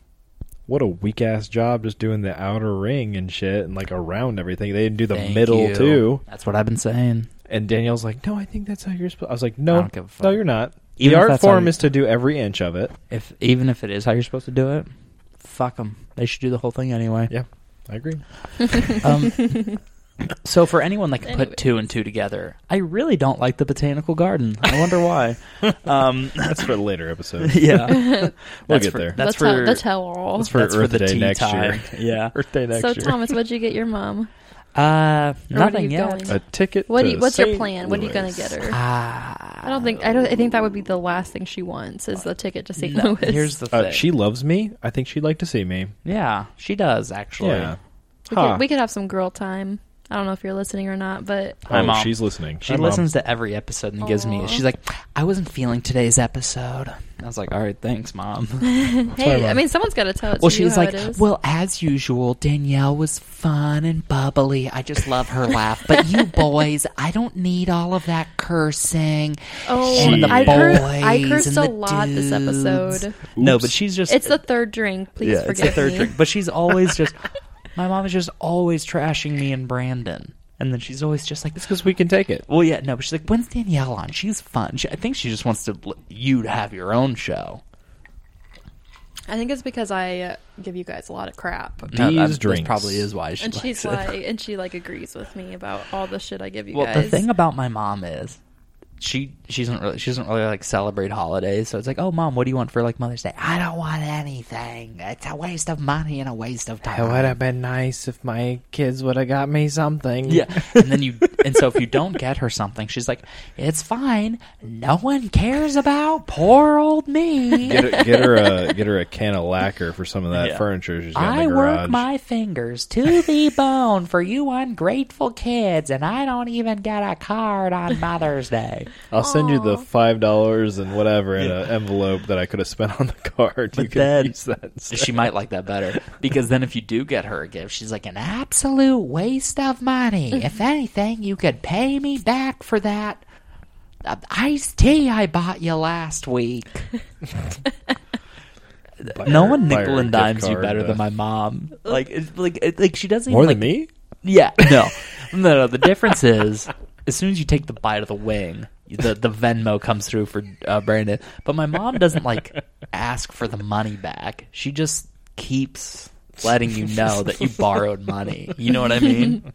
Speaker 3: what a weak ass job just doing the outer ring and shit and like around everything. They didn't do the middle too.
Speaker 1: That's what I've been saying.
Speaker 3: And Danielle's like, no, I think that's how you're supposed. I was like,
Speaker 1: I
Speaker 3: no,
Speaker 1: don't give a fuck.
Speaker 3: no, you're not.
Speaker 1: Even if
Speaker 3: the art
Speaker 1: that's how
Speaker 3: form
Speaker 1: you-
Speaker 3: is to do every inch of it.
Speaker 1: If even if it is how you're supposed to do it, fuck them. They should do the whole thing anyway.
Speaker 3: Yeah, I agree.
Speaker 1: <laughs> Um,
Speaker 2: <laughs>
Speaker 1: so for anyone that can
Speaker 2: Anyways.
Speaker 1: put two and two together, I really don't like the botanical garden. I wonder
Speaker 3: <laughs>
Speaker 1: why. um,
Speaker 3: That's for a
Speaker 2: <laughs>
Speaker 3: later episode.
Speaker 1: yeah,
Speaker 3: We'll
Speaker 1: That's
Speaker 3: get
Speaker 1: for-
Speaker 3: there.
Speaker 1: That's
Speaker 2: the tell,
Speaker 1: for-
Speaker 2: the tell all.
Speaker 3: That's for
Speaker 1: that's
Speaker 3: Earth
Speaker 1: for the
Speaker 3: Day
Speaker 1: tea
Speaker 3: next <laughs>
Speaker 1: time.
Speaker 3: year. Earth Day next
Speaker 2: so,
Speaker 3: year.
Speaker 2: Thomas, what'd you get your mom?
Speaker 1: yeah. Uh,
Speaker 2: Or what are
Speaker 1: nothing
Speaker 2: you
Speaker 1: yet.
Speaker 2: going?
Speaker 3: a ticket.
Speaker 2: What? Do
Speaker 3: to
Speaker 2: you, what's your
Speaker 3: St.
Speaker 2: plan? What are you gonna
Speaker 3: Louis.
Speaker 2: get her?
Speaker 1: Ah,
Speaker 2: I don't think I don't. I think that would be the last thing she wants is the ticket to St.
Speaker 1: no,
Speaker 2: Louis.
Speaker 1: here's the thing.
Speaker 3: Uh, she loves me. I think she'd like to see me.
Speaker 1: yeah, she does actually.
Speaker 3: Yeah.
Speaker 2: we,
Speaker 3: Huh.
Speaker 2: could, we could have some girl time. I don't know if you're listening or not, but
Speaker 1: Hi,
Speaker 3: oh,
Speaker 1: Mom.
Speaker 3: she's listening.
Speaker 1: She
Speaker 3: Hi, Mom.
Speaker 1: listens to every episode and gives me.
Speaker 2: Aw.
Speaker 1: She's like, "I wasn't feeling today's episode." I was like, "All right, thanks, mom."
Speaker 3: why
Speaker 2: hey,
Speaker 3: I'm-
Speaker 2: I mean, someone's got to tell
Speaker 1: <laughs>
Speaker 2: it.
Speaker 1: well,
Speaker 2: to you
Speaker 1: she's
Speaker 2: how
Speaker 1: like,
Speaker 2: it is.
Speaker 1: "Well, as usual, Danielle was fun and bubbly. I just love her laugh. But
Speaker 2: <laughs>
Speaker 1: you boys, I don't need all of that cursing."
Speaker 2: oh,
Speaker 3: and the
Speaker 2: I, cursed, I
Speaker 1: boys
Speaker 2: cursed
Speaker 1: and
Speaker 2: a
Speaker 1: the
Speaker 2: lot this
Speaker 1: dudes.
Speaker 2: episode.
Speaker 1: No,
Speaker 3: Oops.
Speaker 1: but she's just
Speaker 2: It's the third drink. Please
Speaker 1: yeah,
Speaker 2: forgive
Speaker 1: it's the third
Speaker 2: me.
Speaker 1: drink. But she's always
Speaker 2: <laughs>
Speaker 1: just my mom is just always trashing me and Brandon, and then she's always just like,
Speaker 3: It's because we can take it.
Speaker 1: "Well, yeah, no." But she's like, "When's Danielle on? She's fun." She, I think she just wants to l- you to have your own show.
Speaker 2: I think it's because I uh, give you guys a lot of crap,
Speaker 1: No,
Speaker 3: These
Speaker 1: that- this
Speaker 3: drinks.
Speaker 1: probably is why she
Speaker 2: and
Speaker 1: likes
Speaker 2: she's
Speaker 1: it.
Speaker 2: like, and she like agrees with me about all the shit I give
Speaker 1: <laughs>
Speaker 2: you
Speaker 1: Well,
Speaker 2: guys.
Speaker 1: the thing about my mom is she she doesn't really she doesn't really like celebrate holidays. So it's like, oh, mom, what do you want for like Mother's Day? I don't want anything. It's a waste of money and a waste of time.
Speaker 3: been nice if my kids would have got me
Speaker 1: <laughs>
Speaker 3: something.
Speaker 1: yeah, and then you and so if you don't get her something, she's like, it's fine. No one cares about poor old me.
Speaker 3: Get, her- get
Speaker 2: <laughs>
Speaker 3: her a get her a can of lacquer for some of that
Speaker 1: Yeah.
Speaker 3: furniture she's got
Speaker 1: I
Speaker 3: in the
Speaker 1: work
Speaker 3: garage.
Speaker 1: my fingers to
Speaker 3: <laughs>
Speaker 1: the bone for you ungrateful kids, and I don't even get a card on Mother's Day.
Speaker 3: I'll send you the five dollars and whatever in an envelope that I could have spent on the <laughs> card. <laughs> you
Speaker 1: But
Speaker 3: can
Speaker 1: then-
Speaker 3: use that. instead.
Speaker 1: she might like that better because then if you do get her a gift, she's like an absolute waste of money.
Speaker 3: <laughs>
Speaker 1: if anything, you could pay me back for that uh, iced tea I bought you last week.
Speaker 3: Buy
Speaker 1: No
Speaker 3: her-
Speaker 1: one
Speaker 3: buy her
Speaker 1: nickel
Speaker 3: a
Speaker 1: and
Speaker 3: gift
Speaker 1: dimes you
Speaker 3: card,
Speaker 1: better
Speaker 3: uh,
Speaker 1: than my mom. Like, it's, like, it, like she doesn't
Speaker 3: more
Speaker 1: even,
Speaker 3: than
Speaker 1: like,
Speaker 3: me. <laughs>
Speaker 1: Yeah, no, no, no. The difference is, as soon as you take the bite of the wing, the the Venmo comes through for uh, Brandon. But my mom doesn't like ask for the money back. She just keeps letting you know that you borrowed money. You know what I
Speaker 3: <laughs>
Speaker 1: mean?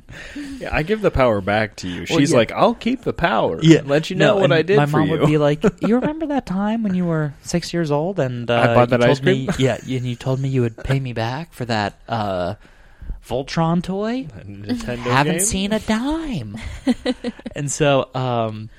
Speaker 3: Yeah, I give the power back to you. She's
Speaker 1: Well, yeah.
Speaker 3: like, I'll keep the power. and let you know
Speaker 1: No,
Speaker 3: what
Speaker 1: and
Speaker 3: I did
Speaker 1: My
Speaker 3: for
Speaker 1: mom
Speaker 3: you.
Speaker 1: would be like, "You remember that time when you were six years old and uh,
Speaker 3: I bought
Speaker 1: you
Speaker 3: that ice
Speaker 1: told me-
Speaker 3: cream?"
Speaker 1: <laughs> yeah, and you told me you would pay me back for that uh, Voltron toy."
Speaker 3: <laughs> Nintendo
Speaker 1: haven't
Speaker 3: game?
Speaker 1: seen a <laughs> dime. and so, um,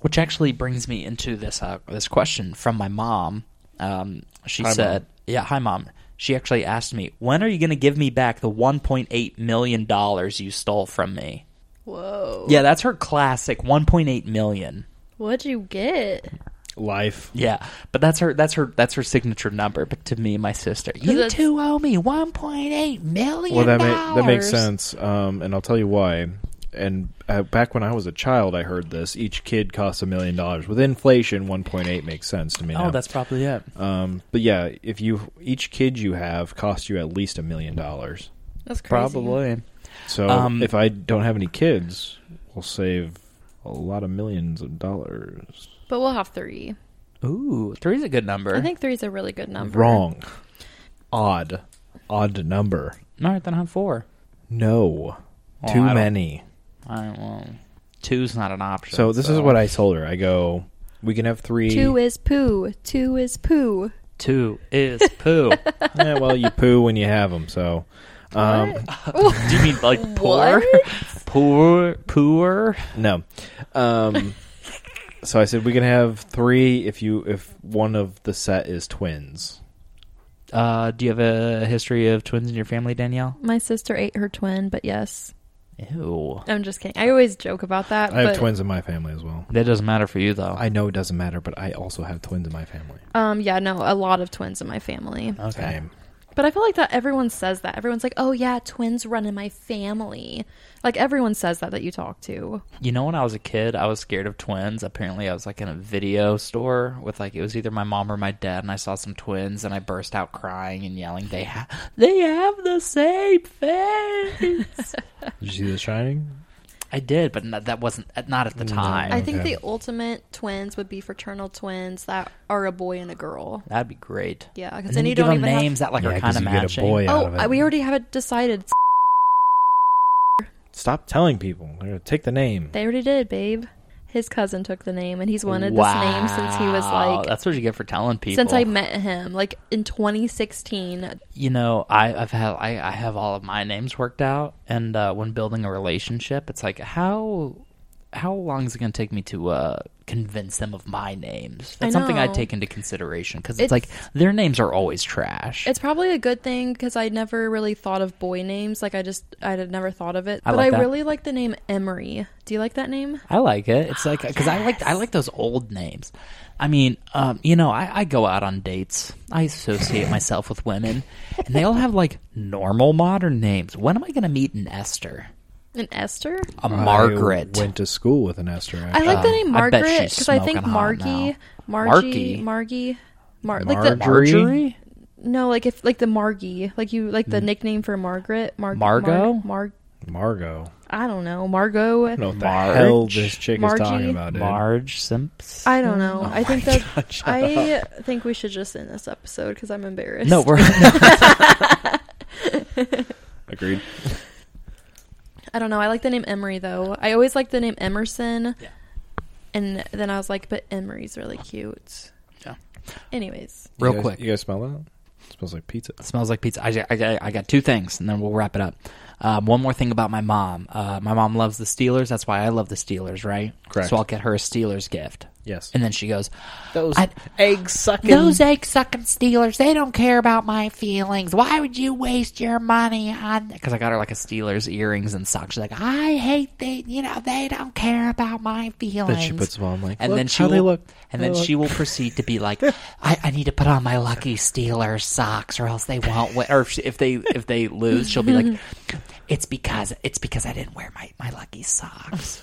Speaker 1: which actually brings me into this uh, this question from my mom. Um, she
Speaker 3: Hi, Mom.
Speaker 1: said, "Yeah, hi mom." She actually asked me, "When are you going to give me back the 1.8 million dollars you stole from me?"
Speaker 2: Whoa!
Speaker 1: Yeah, that's her classic 1.8 million.
Speaker 2: What'd you get?
Speaker 3: life.
Speaker 1: Yeah, but that's her that's her that's her signature number. But to me, and my sister, you
Speaker 2: it's-
Speaker 1: two owe me 1.8 million.
Speaker 3: Well, that ma- that makes
Speaker 1: dollars."
Speaker 3: sense, um, and I'll tell you why. And uh, back when I was a child, I heard this: each kid costs a million dollars. With inflation, one point eight makes sense to me.
Speaker 1: Oh,
Speaker 3: now.
Speaker 1: that's probably it.
Speaker 3: Um, but yeah, if you each kid you have costs you at least a million dollars.
Speaker 2: That's crazy.
Speaker 1: Probably.
Speaker 3: So
Speaker 1: Um,
Speaker 3: if I don't have any kids, We'll save a lot of millions of dollars.
Speaker 2: But we'll have three.
Speaker 1: Ooh, three's a good number.
Speaker 2: I think three's a really good number.
Speaker 3: Wrong. Odd. Odd number.
Speaker 1: All right, then have four.
Speaker 3: No.
Speaker 1: Well, Oh, I
Speaker 3: Too
Speaker 1: don't-
Speaker 3: many.
Speaker 1: All right, well, two's not an option.
Speaker 3: So this is what I told her. I go, we can have three.
Speaker 2: Two is poo. Two is poo.
Speaker 1: two is
Speaker 3: <laughs>
Speaker 1: poo.
Speaker 3: Eh, well, you poo when you have them. So, um,
Speaker 1: Do you mean like poor, poor, poor?
Speaker 3: no. Um, so I said we can have three if you if one of the set is twins.
Speaker 1: Uh, do you have a history of twins in your family, Danielle?
Speaker 2: My sister ate her twin, but yes.
Speaker 1: Ew.
Speaker 2: I'm just kidding. I always joke about that.
Speaker 3: I have
Speaker 2: but,
Speaker 3: twins in my family as well.
Speaker 1: That doesn't matter for you though.
Speaker 3: I know it doesn't matter, but I also have twins in my family.
Speaker 2: Um, yeah, no, a lot of twins in my family.
Speaker 1: okay.
Speaker 3: Same.
Speaker 2: But I feel like that everyone says that. Everyone's like, oh, yeah, twins run in my family. Like, everyone says that that you talk to.
Speaker 1: You know, when I was a kid, I was scared of twins. Apparently, I was like in a video store with like it was either my mom or my dad, and I saw some twins, and I burst out crying and yelling, "They ha- they have the same face!"
Speaker 3: Did you see The Shining?
Speaker 1: I did, but not, that wasn't not at the time.
Speaker 2: I think
Speaker 3: Okay.
Speaker 2: the ultimate twins would be fraternal twins that are a boy and a girl.
Speaker 1: That'd be great.
Speaker 2: Yeah, 'cause
Speaker 1: And
Speaker 2: then
Speaker 1: then
Speaker 2: you
Speaker 1: you give
Speaker 2: don't
Speaker 1: them
Speaker 2: even have-
Speaker 1: names that like
Speaker 3: Yeah,
Speaker 1: are
Speaker 3: 'cause
Speaker 1: kind of
Speaker 3: you get a
Speaker 1: matching.
Speaker 3: boy out
Speaker 2: oh,
Speaker 3: of it.
Speaker 2: I- we already have it decided. It's-
Speaker 3: Stop telling people. They're gonna take the name.
Speaker 2: They already did, babe. His cousin took the name, and he's wanted this name since he was
Speaker 1: Wow,
Speaker 2: like
Speaker 1: that's what you get for telling people.
Speaker 2: since I met him, like in 2016.
Speaker 1: you know, I, I've had I, I have all of my names worked out, and uh, when building a relationship, it's like how how long is it going to take me to uh, convince them of my names? That's something I
Speaker 2: know.
Speaker 1: take into consideration because it's,
Speaker 2: It's-
Speaker 1: like their names are always trash.
Speaker 2: It's probably a good thing because I never really thought of boy names. Like I just I had never thought of it.
Speaker 1: I
Speaker 2: but
Speaker 1: like
Speaker 2: I
Speaker 1: that.
Speaker 2: really like the name Emery. Do you like that name?
Speaker 1: I like it. It's like because I like I like those old names. I mean, um, you know, I, I go out on dates. I associate myself with women, and they all have like normal modern names. When am I going to meet an Esther?
Speaker 2: An Esther?
Speaker 1: A Margaret?
Speaker 3: I went to school with an Esther.
Speaker 2: I
Speaker 3: Actually.
Speaker 2: like the name
Speaker 1: Uh, I bet
Speaker 2: Margaret
Speaker 1: she's
Speaker 2: because I, think
Speaker 1: smoking hot now.
Speaker 2: Margie, Margie,
Speaker 1: Marky?
Speaker 2: Margie, Mar- like the
Speaker 3: Marjorie?
Speaker 1: Marjorie?
Speaker 2: no, like if like the Margie, like you like the nickname for Margaret, Mar-
Speaker 1: Mm. Margot?
Speaker 2: Mar- Mar-
Speaker 3: Margot.
Speaker 2: I don't know, Margot.
Speaker 3: I don't know what the
Speaker 1: Marge?
Speaker 3: hell this chick
Speaker 2: Margie?
Speaker 3: is talking about. Dude.
Speaker 1: Marge Simpson.
Speaker 2: I don't
Speaker 3: Oh
Speaker 2: know. I think that
Speaker 3: God, shut <laughs>
Speaker 2: I think we should just end this episode because I'm embarrassed.
Speaker 1: No, we're
Speaker 3: Agreed.
Speaker 2: I don't know. I like the name Emery though. I always like the name Emerson.
Speaker 1: Yeah.
Speaker 2: And then I was like, but Emery's really cute. Anyways,
Speaker 1: <laughs> real
Speaker 3: You guys-
Speaker 1: quick.
Speaker 3: You guys smell that? It smells like pizza.
Speaker 1: It smells like pizza. I, I, I- I got two things, and then we'll wrap it up. Um, one more thing about my mom. Uh, my mom loves the Steelers. That's why I love the Steelers, right?
Speaker 3: Correct.
Speaker 1: So I'll get her a Steelers gift.
Speaker 3: Yes.
Speaker 1: And then she goes,
Speaker 4: Those
Speaker 1: I-
Speaker 4: egg sucking.
Speaker 1: Those egg sucking Steelers, they don't care about my feelings. Why would you waste your money on. Because I got her like a Steelers earrings and socks. She's like, I hate they, you know, they don't care about my feelings.
Speaker 3: Then she puts them on like,
Speaker 1: and
Speaker 3: look
Speaker 1: then she
Speaker 3: how
Speaker 1: will,
Speaker 3: they look.
Speaker 1: and
Speaker 3: They
Speaker 1: then
Speaker 3: look.
Speaker 1: she will proceed to be like,
Speaker 3: <laughs>
Speaker 1: I, "I need to put on my lucky Steelers socks, or else they won't win." Or if, she, if they if they lose, she'll be
Speaker 3: <laughs>
Speaker 1: like, "It's because it's because I didn't wear my my lucky
Speaker 3: <laughs>
Speaker 1: socks."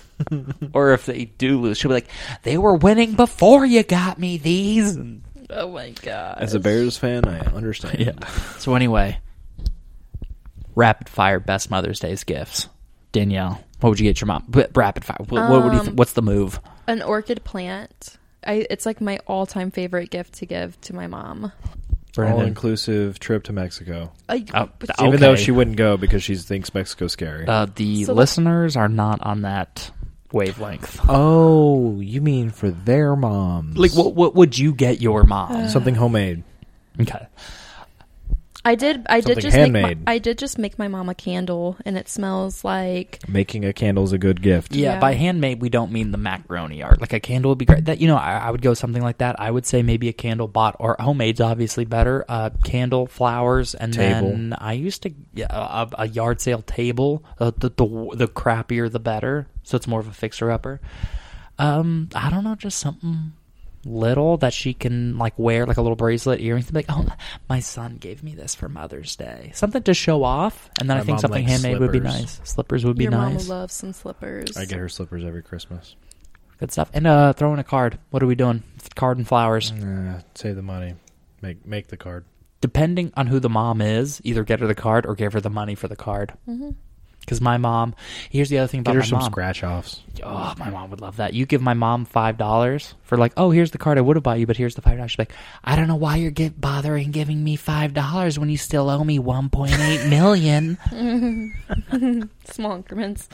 Speaker 1: or if they do lose, she'll be like, "They were winning before you got me these." And
Speaker 2: oh my god,
Speaker 3: As a Bears fan, I understand. <laughs>
Speaker 1: So anyway, rapid fire best Mother's Day's gifts. Danielle, what would you get your mom? B- Rapid fire. What, what would you
Speaker 3: Um,
Speaker 1: th- what's the move?
Speaker 2: an orchid plant. I it's like my all time favorite gift to give to my mom.
Speaker 1: Brandon.
Speaker 3: All inclusive trip to Mexico.
Speaker 2: I,
Speaker 1: Oh,
Speaker 2: but
Speaker 1: th-
Speaker 2: she-
Speaker 1: oh.
Speaker 3: Even though
Speaker 1: Okay.
Speaker 3: she wouldn't go because she thinks Mexico's scary.
Speaker 1: Uh, the
Speaker 2: So-
Speaker 1: listeners are not on that wavelength.
Speaker 3: oh, you mean for their moms?
Speaker 1: Like, what what would you get your mom?
Speaker 3: Something homemade.
Speaker 1: okay.
Speaker 2: I did. I did
Speaker 3: Something
Speaker 2: just make.
Speaker 3: handmade.
Speaker 2: My, I did just make my mom a candle, and it smells like
Speaker 3: Making a candle's a good gift.
Speaker 1: Yeah,
Speaker 2: Yeah.
Speaker 1: by handmade we don't mean the macaroni art. Like a candle would be great. That you know, I, I would go something like that. I would say maybe a candle bought or homemade's obviously better. Uh, candle, flowers, and
Speaker 3: Table.
Speaker 1: then I used to yeah, a, a yard sale table. Uh, the, the the crappier the better, so it's more of a fixer upper. Um, I don't know, just something little that she can like wear, like a little bracelet, earrings, and be like, oh, my son gave me this for Mother's Day, something to show off. And then
Speaker 3: My
Speaker 1: I think
Speaker 3: mom
Speaker 1: something
Speaker 3: likes
Speaker 1: handmade would be
Speaker 3: slippers.
Speaker 1: nice. Slippers would be
Speaker 2: your mom
Speaker 1: nice.
Speaker 2: mom loves some slippers.
Speaker 3: I get her slippers every Christmas.
Speaker 1: Good stuff. And uh, throw in a card. What are we doing? Card and flowers.
Speaker 3: Uh, save the money. Make make the card.
Speaker 2: Mm-hmm.
Speaker 1: Depending on who the mom is, either get her the card or give her the money for the card. Because my mom, here's the other thing about
Speaker 3: Get her
Speaker 1: my
Speaker 3: some
Speaker 1: mom.
Speaker 3: scratch offs.
Speaker 1: Oh, my mom would love that. You give my mom five dollars for like, oh, here's the card I would have bought you, but here's the five dollars. She's like, I don't know why you're get bothering giving me five dollars when you still owe me one point eight million.
Speaker 2: Small increments.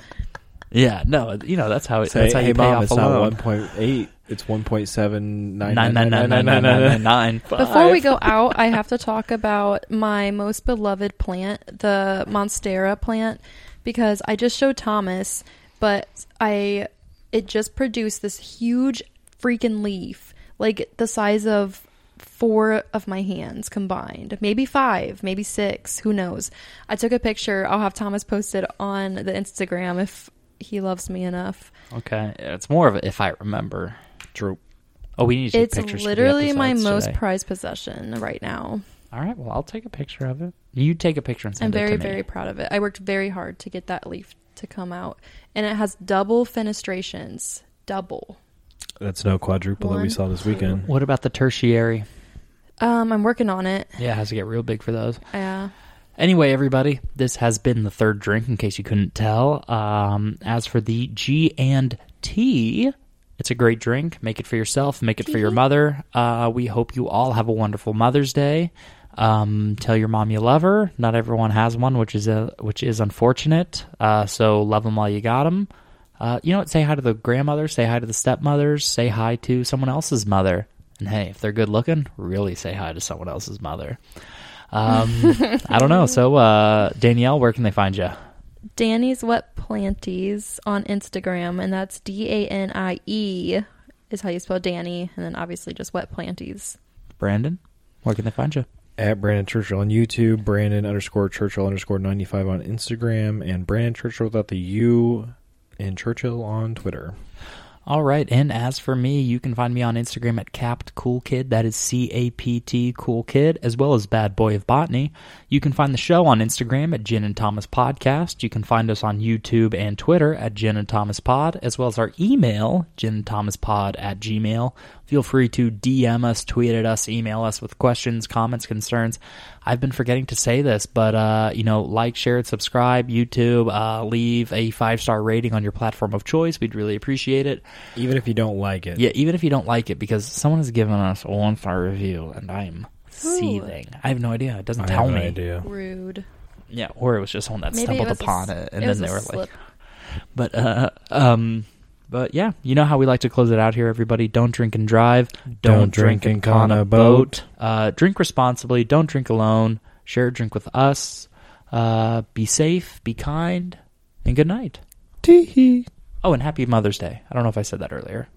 Speaker 1: yeah, no, you know that's how it,
Speaker 3: Say,
Speaker 1: that's how
Speaker 3: hey,
Speaker 1: you pay
Speaker 3: mom,
Speaker 1: off
Speaker 3: it's
Speaker 1: a
Speaker 3: not one
Speaker 1: loan.
Speaker 3: point eight. It's one point seven nine
Speaker 1: Nine nine nine nine nine nine nine nine.
Speaker 2: Before
Speaker 1: <laughs>
Speaker 2: we go out, I have to talk about my most beloved plant, the Monstera plant, because I just showed Thomas, but I it just produced this huge freaking leaf, like the size of four of my hands combined, maybe five, maybe six, who knows. I took a picture. I'll have Thomas post it on the Instagram if he loves me enough.
Speaker 1: Okay, it's more of a, if I remember.
Speaker 3: Droop.
Speaker 1: Oh, we need to take
Speaker 2: it's
Speaker 1: pictures. for the
Speaker 2: literally my
Speaker 1: episodes
Speaker 2: most
Speaker 1: today.
Speaker 2: prized possession right now.
Speaker 1: All right, well, I'll take a picture of it. You take a picture and
Speaker 2: I'm
Speaker 1: send it
Speaker 2: very,
Speaker 1: to me.
Speaker 2: very proud of it. I worked very hard to get that leaf to come out, and it has double fenestrations. Double.
Speaker 3: That's no quadruple that we
Speaker 2: One,
Speaker 3: saw this weekend.
Speaker 1: What about the tertiary?
Speaker 2: Um, I'm working on it. Uh,
Speaker 1: Yeah, it has to get real big for those.
Speaker 2: Yeah.
Speaker 1: Anyway, everybody, this has been the third drink. In case you couldn't tell, um, as for the G and T, it's a great drink. Make it for yourself. Make it for your mother. Uh, we hope you all have a wonderful Mother's Day. Um, tell your mom you love her. Not everyone has one, which is a, which is unfortunate. Uh, so love them while you got them. Uh, you know what? Say hi to the grandmother. Say hi to the stepmothers. Say hi to someone else's mother. And hey, if they're good looking, really say hi to someone else's mother. Um, I don't know. So, uh, Danielle, where can they find you?
Speaker 2: Danny's Wet Planties on Instagram, and that's D A N I E is how you spell Danny, and then obviously just Wet Planties.
Speaker 1: Brandon, where can they find you?
Speaker 3: At Brandon Churchill on YouTube, Brandon underscore Churchill underscore ninety five on Instagram, and Brandon Churchill without the U and Churchill on Twitter.
Speaker 1: All right. And as for me, you can find me on Instagram at Capped Cool Kid. That is C A P T Cool Kid, as well as Bad Boy of Botany. You can find the show on Instagram at Jen and Thomas Podcast. You can find us on YouTube and Twitter at Jen and Thomas Pod, as well as our email, Jen and Thomas Pod at Gmail. Feel free to DM us, tweet at us, email us with questions, comments, concerns. I've been forgetting to say this, but uh, you know, like, share, and subscribe. YouTube, uh, leave a five star rating on your platform of choice. We'd really appreciate it.
Speaker 3: Even if you don't like it.
Speaker 1: Yeah, even if you don't like it, because someone has given us a one star review, and I'm seething. I have no idea. It doesn't
Speaker 3: I
Speaker 1: tell
Speaker 3: have
Speaker 1: me.
Speaker 3: an idea.
Speaker 2: Rude.
Speaker 1: Yeah, or it was just someone that
Speaker 2: Maybe
Speaker 1: stumbled
Speaker 2: it was a
Speaker 1: upon
Speaker 2: s-
Speaker 1: it, and
Speaker 2: it was
Speaker 1: then they
Speaker 2: a
Speaker 1: were like,
Speaker 2: slip.
Speaker 1: "But, uh, um, but yeah, you know how we like to close it out here, everybody. Don't drink and drive. Don't,
Speaker 3: drink and con a boat.
Speaker 1: Uh, drink responsibly. Don't drink alone. Share a drink with us. Uh, be safe. Be kind. And good night.
Speaker 3: Tee hee.
Speaker 1: Oh, and happy Mother's Day. I don't know if I said that earlier.